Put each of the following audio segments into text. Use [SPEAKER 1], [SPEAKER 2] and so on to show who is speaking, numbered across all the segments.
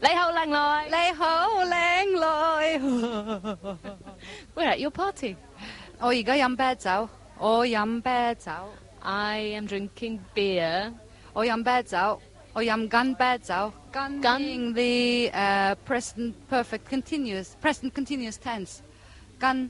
[SPEAKER 1] 你好靚女，
[SPEAKER 2] 你好靚女，
[SPEAKER 1] where at your party?
[SPEAKER 2] 我而家飲啤酒，我飲啤酒，
[SPEAKER 1] I am drinking beer.
[SPEAKER 2] 我飲啤酒，我飲緊啤酒。緊
[SPEAKER 1] Gun
[SPEAKER 2] being the、uh, present perfect continuous present continuous tense. 緊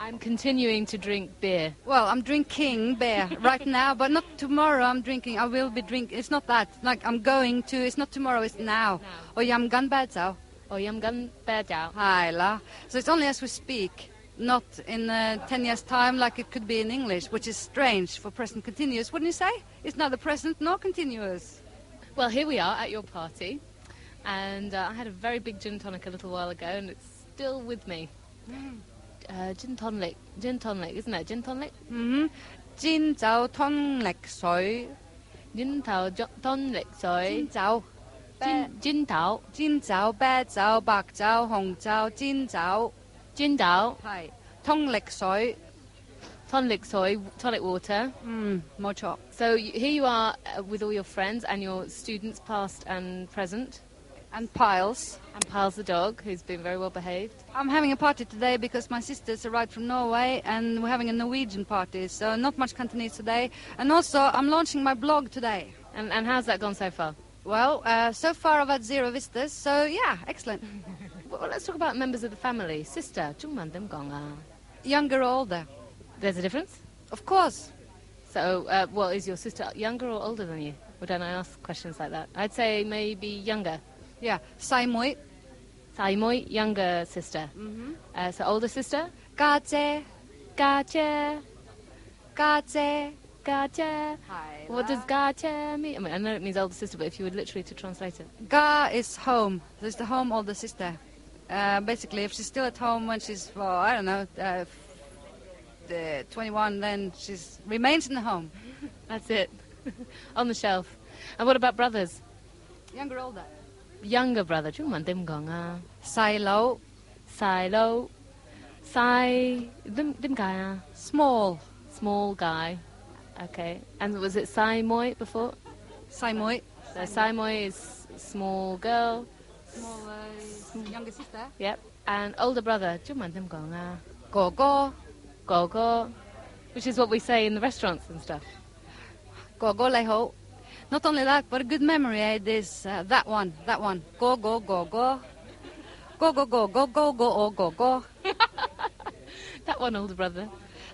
[SPEAKER 1] I'm continuing to drink beer.
[SPEAKER 2] Well, I'm drinking beer right now, but not tomorrow. I'm drinking. I will be drinking. It's not that. Like I'm going to. It's not tomorrow. It's now. Or I'm gone better.
[SPEAKER 1] 我飲緊啤酒。
[SPEAKER 2] Hi la. So it's only as we speak, not in uh, ten years' time, like it could be in English, which is strange for present continuous, wouldn't you say? It's neither present nor continuous.
[SPEAKER 1] Well, here we are at your party, and uh, I had a very big gin tonic a little while ago, and it's still with me. Uh, gin tonic, gin tonic, isn't it? Gin tonic,
[SPEAKER 2] Mm-hmm. 煎酒吞力水，
[SPEAKER 1] gin tao jo- tonic 水
[SPEAKER 2] 煎，酒，啤
[SPEAKER 1] gin gin tao
[SPEAKER 2] 煎酒啤酒白酒紅酒煎酒
[SPEAKER 1] gin tao
[SPEAKER 2] 係通力水，
[SPEAKER 1] tonic 水 tonic water.
[SPEAKER 2] 嗯冇錯。
[SPEAKER 1] So y here you are uh, with all your friends and your students, past and present,
[SPEAKER 2] and piles.
[SPEAKER 1] and Piles the dog, who's been very well behaved.
[SPEAKER 2] I'm having a party today because my sisters arrived from Norway and we're having a Norwegian party, so not much Cantonese today. And also, I'm launching my blog today.
[SPEAKER 1] And, and how's that gone so far?
[SPEAKER 2] Well, uh, so far I've had zero visitors, so yeah, excellent.
[SPEAKER 1] Well, let's talk about members of the family. Sister, Chung Man Dem Gong Ah.
[SPEAKER 2] Younger or older?
[SPEAKER 1] There's a difference?
[SPEAKER 2] Of course.
[SPEAKER 1] So, uh, well, is your sister younger or older than you? Well, don't I ask questions like that? I'd say maybe younger.
[SPEAKER 2] Yeah, Saimui,
[SPEAKER 1] Sai moi, younger sister. Mm-hmm. Uh, so, older sister?
[SPEAKER 2] Gaze,
[SPEAKER 1] Ga che,
[SPEAKER 2] Gaze.
[SPEAKER 1] ga che. What does ga che mean? I mean, I know it means older sister, but if you were literally to translate it.
[SPEAKER 2] Ga is home. There's the home older sister. Uh, basically, if she's still at home when she's, well, I don't know, uh, the 21, then she remains in the home.
[SPEAKER 1] That's it. On the shelf. And what about brothers?
[SPEAKER 2] Younger or older?
[SPEAKER 1] Younger brother, Chung Man Dem Gong Ah.
[SPEAKER 2] Sai Lo,
[SPEAKER 1] Sai lo. Sai. Dem, dem guy Ah.
[SPEAKER 2] small.
[SPEAKER 1] Small guy. Okay. And was it Sai Moi before?
[SPEAKER 2] Sai Moi,
[SPEAKER 1] So Sai Moi is small girl.
[SPEAKER 2] small younger sister.
[SPEAKER 1] Yep. And older brother, Jumandim Gonga.
[SPEAKER 2] Gogo,
[SPEAKER 1] Gogo. Which is what we say in the restaurants and stuff.
[SPEAKER 2] Gogo Leho. Not only that, but a good memory aid is uh, that one, that one. Go, go, go, go. Go, go, go, go, go, go, oh, go, go.
[SPEAKER 1] That one older brother.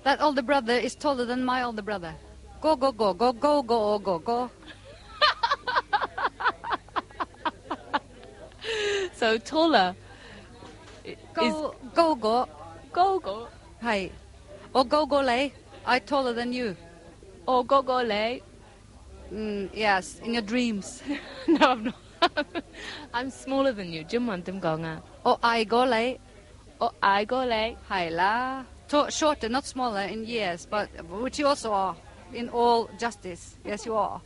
[SPEAKER 2] That older brother is taller than my older brother. Go, go, go, go, go, go, oh, go, go.
[SPEAKER 1] So taller. i-
[SPEAKER 2] Go, go, go.
[SPEAKER 1] Is Gogo
[SPEAKER 2] Hi. Oh, go, go, lei. I taller than you.
[SPEAKER 1] or Gogo Le?
[SPEAKER 2] Mm, yes, in your dreams.
[SPEAKER 1] No, I'm not. I'm smaller than you, Jumandim Gonga.
[SPEAKER 2] oh, I go, lei.
[SPEAKER 1] Or I Go Le.
[SPEAKER 2] Haila. To- shorter, not smaller in years, but which you also are in all justice. Yes, you are.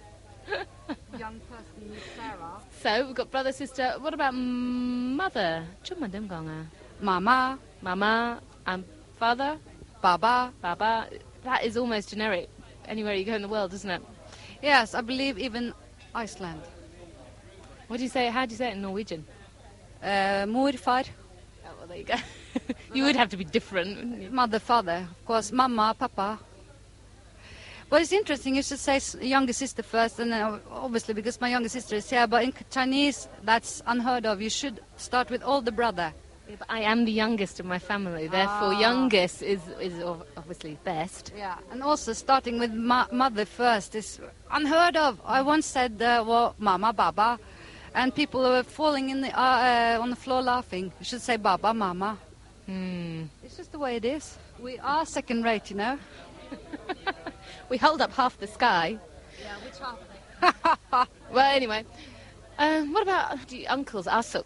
[SPEAKER 2] Young person, Sarah.
[SPEAKER 1] So we've got brother, sister. What about mother? Jumandim Gonga.
[SPEAKER 2] Mama,
[SPEAKER 1] Mama and father?
[SPEAKER 2] Baba.
[SPEAKER 1] Baba. That is almost generic anywhere you go in the world, isn't it?
[SPEAKER 2] Yes, I believe even Iceland.
[SPEAKER 1] What do you say? How do you say it in Norwegian?
[SPEAKER 2] Uh, Morfar,
[SPEAKER 1] Oh, well, there you go. you would have to be different, wouldn't you?
[SPEAKER 2] mother, father, of course, mama, papa. But it's interesting, you should say s- younger sister first, and then ob- obviously because my younger sister is here, but in Chinese, that's unheard of. You should start with older brother.
[SPEAKER 1] Yeah, but I am the youngest in my family, therefore
[SPEAKER 2] Ah.
[SPEAKER 1] youngest is is ob- obviously best.
[SPEAKER 2] Yeah, and also starting with ma- mother first is unheard of. I once said, uh, "Well, mama, baba," and people were falling in the uh, uh, on the floor laughing. You should say baba, mama.
[SPEAKER 1] Hmm.
[SPEAKER 2] It's just the way it is. We are second rate, you know.
[SPEAKER 1] We hold up half the sky.
[SPEAKER 2] Yeah, which half?
[SPEAKER 1] Well, anyway, um, what about the uncles? Asuk,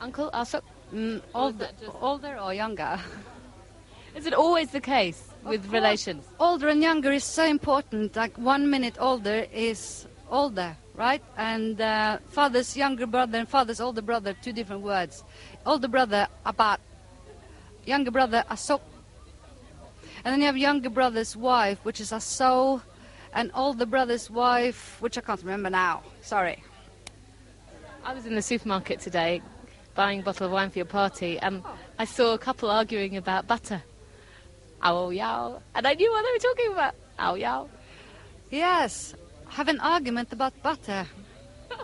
[SPEAKER 1] uncle Asuk. Or
[SPEAKER 2] Mm,
[SPEAKER 1] is
[SPEAKER 2] older,
[SPEAKER 1] that just-
[SPEAKER 2] older or younger?
[SPEAKER 1] Is it always the case with
[SPEAKER 2] course.
[SPEAKER 1] relations?
[SPEAKER 2] Older and younger is so important. Like one minute older is older, right? And uh, father's younger brother and father's older brother, two different words. Older brother, abat. Younger brother, asok. And then you have younger brother's wife, which is aso. And older brother's wife, which I can't remember now. Sorry.
[SPEAKER 1] I was in the supermarket today buying a bottle of wine for your party, and I saw a couple arguing about butter. Ao yao. And I knew what they were talking about. Ao yao.
[SPEAKER 2] Yes, have an argument about butter.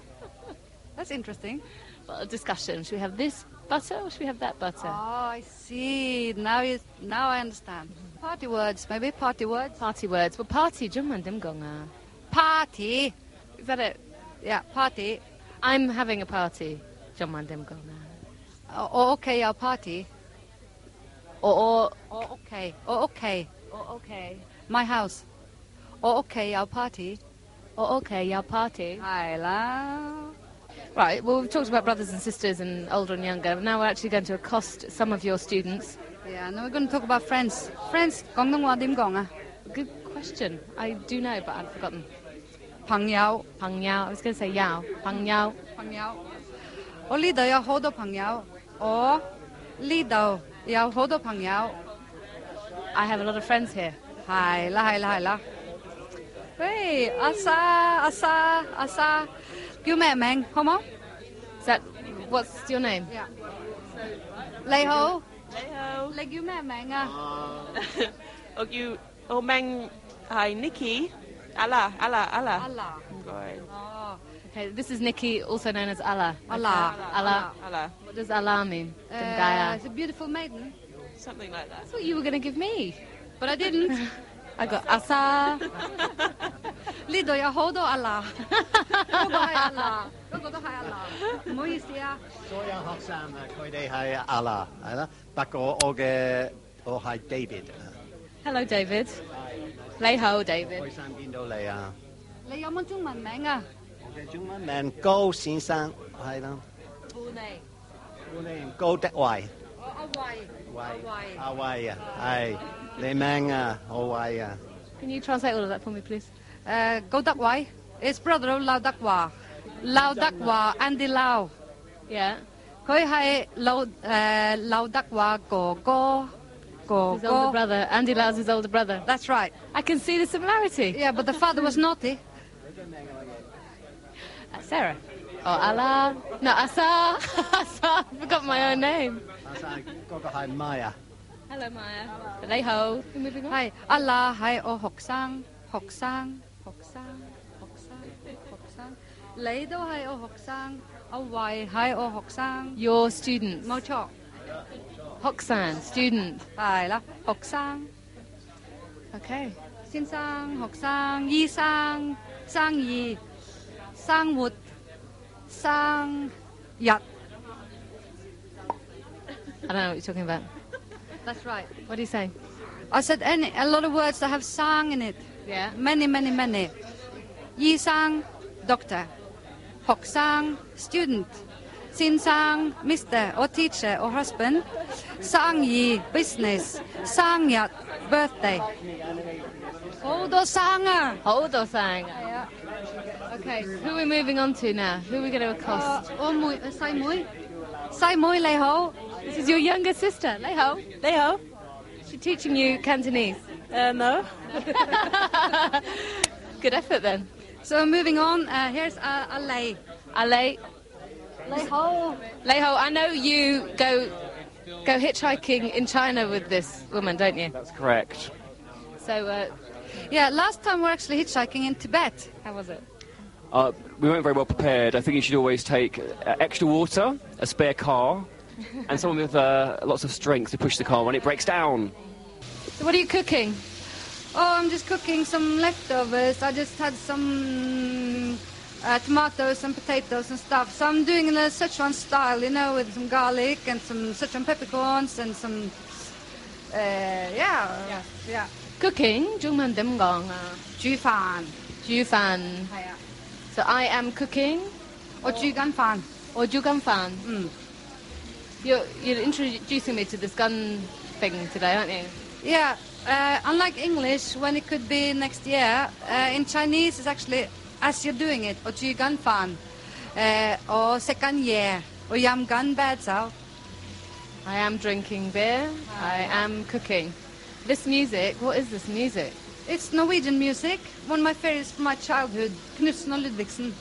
[SPEAKER 2] That's interesting.
[SPEAKER 1] Well, a discussion. Should we have this butter or should we have that butter?
[SPEAKER 2] Oh, I see. Now you, now I understand. Party words, maybe party words.
[SPEAKER 1] Party words. Well, party, gonga.
[SPEAKER 2] Party.
[SPEAKER 1] Is that it?
[SPEAKER 2] Yeah, party.
[SPEAKER 1] I'm having a party. gonga.
[SPEAKER 2] Oh, oh, okay, our party.
[SPEAKER 1] Or,
[SPEAKER 2] Or okay. Or okay,
[SPEAKER 1] or okay.
[SPEAKER 2] my house. Or okay, our party.
[SPEAKER 1] Or okay, your party.
[SPEAKER 2] I love.
[SPEAKER 1] Right, well, we've talked about brothers and sisters and older and younger. Now we're actually going to accost some of your students.
[SPEAKER 2] Yeah, now we're going to talk about friends. Friends, Gongdongwa dim gonga.
[SPEAKER 1] Good question. I do know, but I've forgotten.
[SPEAKER 2] Pang yao.
[SPEAKER 1] Pang Yao. I was going to say Yao. Pang Yao.
[SPEAKER 2] Pang yao. Oh, Or leader, your hodo pang yao. Oh, Or leader, your hodo pang yao.
[SPEAKER 1] I have a lot of friends here.
[SPEAKER 2] Hai la, hai la, hai la. Hey, asa, asa, asa. You met Meng, come on.
[SPEAKER 1] Is that what's your name?
[SPEAKER 2] Yeah. Lay ho. Like you met Meng ah.
[SPEAKER 3] Og you, og man har Nikki. Allah, Allah, Allah.
[SPEAKER 2] Allah.
[SPEAKER 3] Godt.
[SPEAKER 2] Oh.
[SPEAKER 1] Okay, this is Nikki, also known as Allah.
[SPEAKER 2] Allah.
[SPEAKER 1] Allah.
[SPEAKER 3] Allah.
[SPEAKER 1] What does Allah mean?
[SPEAKER 2] Uh,
[SPEAKER 1] Dengaya.
[SPEAKER 2] it's a beautiful maiden.
[SPEAKER 3] Something like that.
[SPEAKER 1] That's what you were going to give me.
[SPEAKER 2] But I didn't.
[SPEAKER 1] I got Asa.
[SPEAKER 2] Lido, jeg holder Allah. Gå på hej Allah. Gå på hej Allah. Må I sige?
[SPEAKER 4] Tôi là học sinh, tôi đây là Ala, là bác cô og og hai David.
[SPEAKER 1] Hello, David. Leho,
[SPEAKER 4] Tôi
[SPEAKER 1] David.
[SPEAKER 4] sang bên đâu lại à?
[SPEAKER 2] Lad jeg må tog mig mange.
[SPEAKER 4] Ok, chúng mình mình cô xin sang, hay lắm. Cô này cô đất hoài.
[SPEAKER 2] Og Hawaii. Hawaii.
[SPEAKER 4] Hawaii, à, hay. Lê Mang à, Hawaii à.
[SPEAKER 1] Can you translate all of that for me, please?
[SPEAKER 2] Uh, Go Dakwa. It's brother of Lao Dakwa. Lao Dakwa, Andy Lao.
[SPEAKER 1] Yeah.
[SPEAKER 2] Køy hej Lao, uh, Lao Dakwa, go go. Go
[SPEAKER 1] His older
[SPEAKER 2] go.
[SPEAKER 1] brother. Andy Lau's his older brother.
[SPEAKER 2] That's right.
[SPEAKER 1] I can see the similarity.
[SPEAKER 2] Yeah, but the father was naughty.
[SPEAKER 1] Uh, Sarah. Oh, Allah. No, Asa. Asa. I forgot my own name.
[SPEAKER 4] Bác sang cô có hai Maya.
[SPEAKER 1] Hello, Maya. Leho. We're moving on.
[SPEAKER 2] Hej Allah, oh, hej og Hoksang. Hoksang. Hoksang. Hoksang. Hoksang. Lido, hej og Hoksang. Hawaii, hej og Hoksang.
[SPEAKER 1] Your students.
[SPEAKER 2] Mau chọn
[SPEAKER 1] Hoxan, student.
[SPEAKER 2] phải là học sang,
[SPEAKER 1] Okay.
[SPEAKER 2] xin sang, học sang, y sang, sang y, sang một, sang nhật.
[SPEAKER 1] I don't know what you're talking about.
[SPEAKER 2] That's right.
[SPEAKER 1] What are you saying?
[SPEAKER 2] I said any, a lot of words that have sang in it.
[SPEAKER 1] Yeah.
[SPEAKER 2] Many, many, many. Y sang, doctor. Học sang, student. Xin sang, mister or teacher or husband. Sang y, business. Sang nhật, birthday. Hold on, sang à.
[SPEAKER 1] Hold or sang.
[SPEAKER 2] Yeah.
[SPEAKER 1] Okay, who are we moving on to now? Who are we going to accost?
[SPEAKER 2] Ô mùi, ờ, uh, say muối. Say muối lê hấu.
[SPEAKER 1] This is your younger sister, Leho.
[SPEAKER 3] They ho?
[SPEAKER 1] She's teaching you Cantonese.
[SPEAKER 3] Uh, no.
[SPEAKER 1] Good effort then.
[SPEAKER 2] So moving on, uh, here's a, a lay.
[SPEAKER 1] Ale,
[SPEAKER 2] Lay hấu.
[SPEAKER 1] Leho, I know you go go hitchhiking in China with this woman, don't you?
[SPEAKER 5] That's correct.
[SPEAKER 1] So, uh,
[SPEAKER 2] Yeah, last time we're actually hitchhiking in Tibet.
[SPEAKER 1] how was it?
[SPEAKER 5] Uh, we weren't very well prepared. I think you should always take uh, extra water, a spare car, and someone with uh, lots of strength to push the car when it breaks down.
[SPEAKER 1] So, what are you cooking?
[SPEAKER 2] Oh, I'm just cooking some leftovers. I just had some uh, tomatoes and potatoes and stuff. So I'm doing in a Sichuan style, you know, with some garlic and some Sichuan peppercorns and some. Uh, yeah, yeah.
[SPEAKER 1] Cooking? Jungman uh, demgong.
[SPEAKER 2] Ju fan.
[SPEAKER 1] Jufan. So, I am cooking
[SPEAKER 2] Or ju gan fan.
[SPEAKER 1] or Jugan fan?
[SPEAKER 2] Mm.
[SPEAKER 1] You're, you're introducing me to this gun thing today, aren't you?
[SPEAKER 2] Yeah, uh, unlike English, when it could be next year, uh, in Chinese it's actually as you're doing it, or ju gan fan, uh, or second year, or yam gan bad sao.
[SPEAKER 1] I am drinking beer. I am cooking. This music, what is this music?
[SPEAKER 2] It's Norwegian music, one of my favorites from my childhood, Knutsen og Ludvigsen.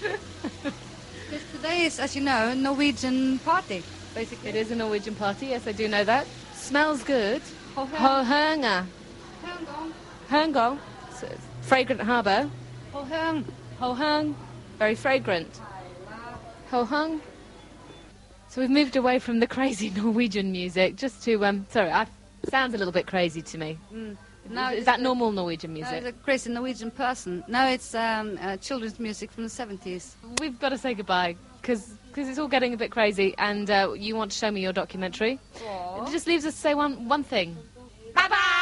[SPEAKER 2] Just to Today is, as you know, a Norwegian party, basically.
[SPEAKER 1] It is a Norwegian party, yes, I do know that. Smells good.
[SPEAKER 2] Ho-
[SPEAKER 1] Hohanga.
[SPEAKER 2] Hong Kong.
[SPEAKER 1] Herngong. So it's Fragrant harbour.
[SPEAKER 2] Ho Hong.
[SPEAKER 1] Hohang. Very fragrant. Hohang. So we've moved away from the crazy Norwegian music just to, um, sorry, I, sounds a little bit crazy to me.
[SPEAKER 2] Now
[SPEAKER 1] is,
[SPEAKER 2] it's
[SPEAKER 1] that
[SPEAKER 2] a-
[SPEAKER 1] normal Norwegian
[SPEAKER 2] Now
[SPEAKER 1] music?
[SPEAKER 2] it's a crazy Norwegian person. Now it's um, uh, children's music from the 70s.
[SPEAKER 1] We've got to say goodbye because it's all getting a bit crazy and uh, you want to show me your documentary. It just leaves us to say one, one thing.
[SPEAKER 3] Bye bye.